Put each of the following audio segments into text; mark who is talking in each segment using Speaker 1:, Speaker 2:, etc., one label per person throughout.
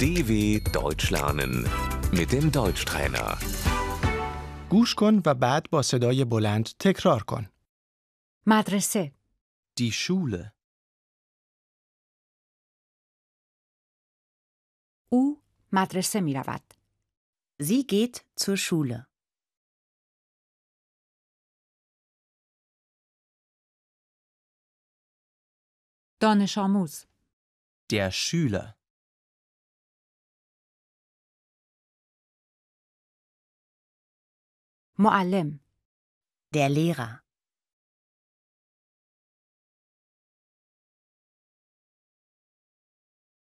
Speaker 1: DW Deutsch lernen mit dem Deutschtrainer.
Speaker 2: گوش کن و بعد با صدای بلند تکرار کن.
Speaker 3: مدرسه
Speaker 4: Die Schule.
Speaker 3: او مدرسه می رود.
Speaker 5: Sie geht zur Schule.
Speaker 3: دانش آموز
Speaker 4: Der Schüler.
Speaker 3: معلم
Speaker 5: Der Lehrer.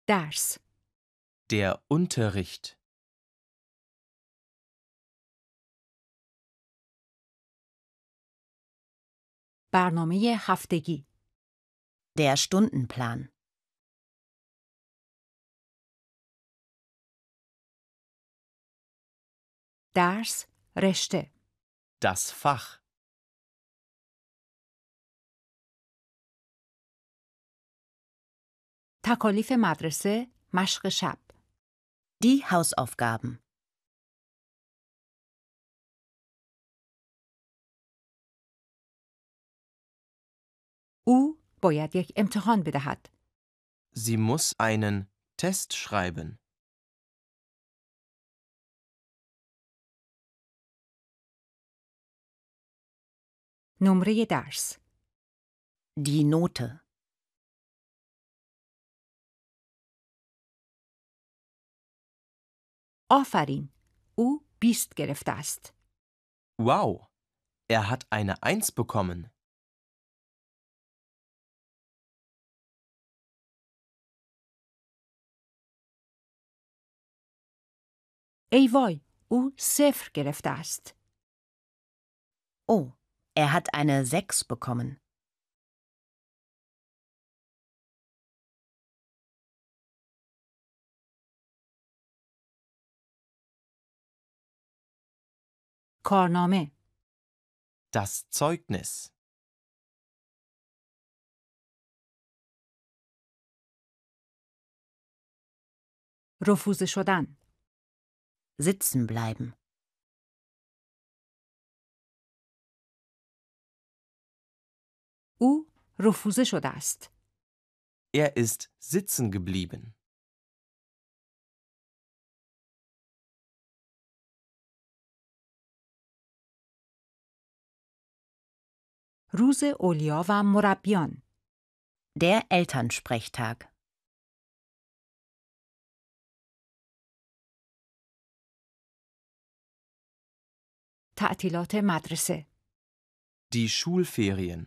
Speaker 3: درس
Speaker 4: Der Unterricht.
Speaker 3: برنامه هفتگی
Speaker 5: Der Stundenplan.
Speaker 3: درس رشته
Speaker 4: Das Fach.
Speaker 3: تکالیف مدرسه مشق شب
Speaker 5: Die Hausaufgaben.
Speaker 3: او باید یک امتحان بدهد.
Speaker 4: Sie muss einen Test schreiben.
Speaker 3: نمره درس
Speaker 5: Die Note.
Speaker 3: آفرین او 20 گرفته است.
Speaker 4: Wow! Er hat eine Eins bekommen.
Speaker 3: ای وای او صفر گرفته است.
Speaker 5: Oh, er hat eine 6 bekommen.
Speaker 3: کارنامه
Speaker 4: Das Zeugnis.
Speaker 3: رفوزه شدن
Speaker 5: Sitzen bleiben.
Speaker 3: او رفوزه شده است.
Speaker 4: Er ist sitzen geblieben.
Speaker 3: روز اولیا و مربیان
Speaker 5: Der Elternsprechtag.
Speaker 3: تعطیلات مدرسه
Speaker 4: Die Schulferien.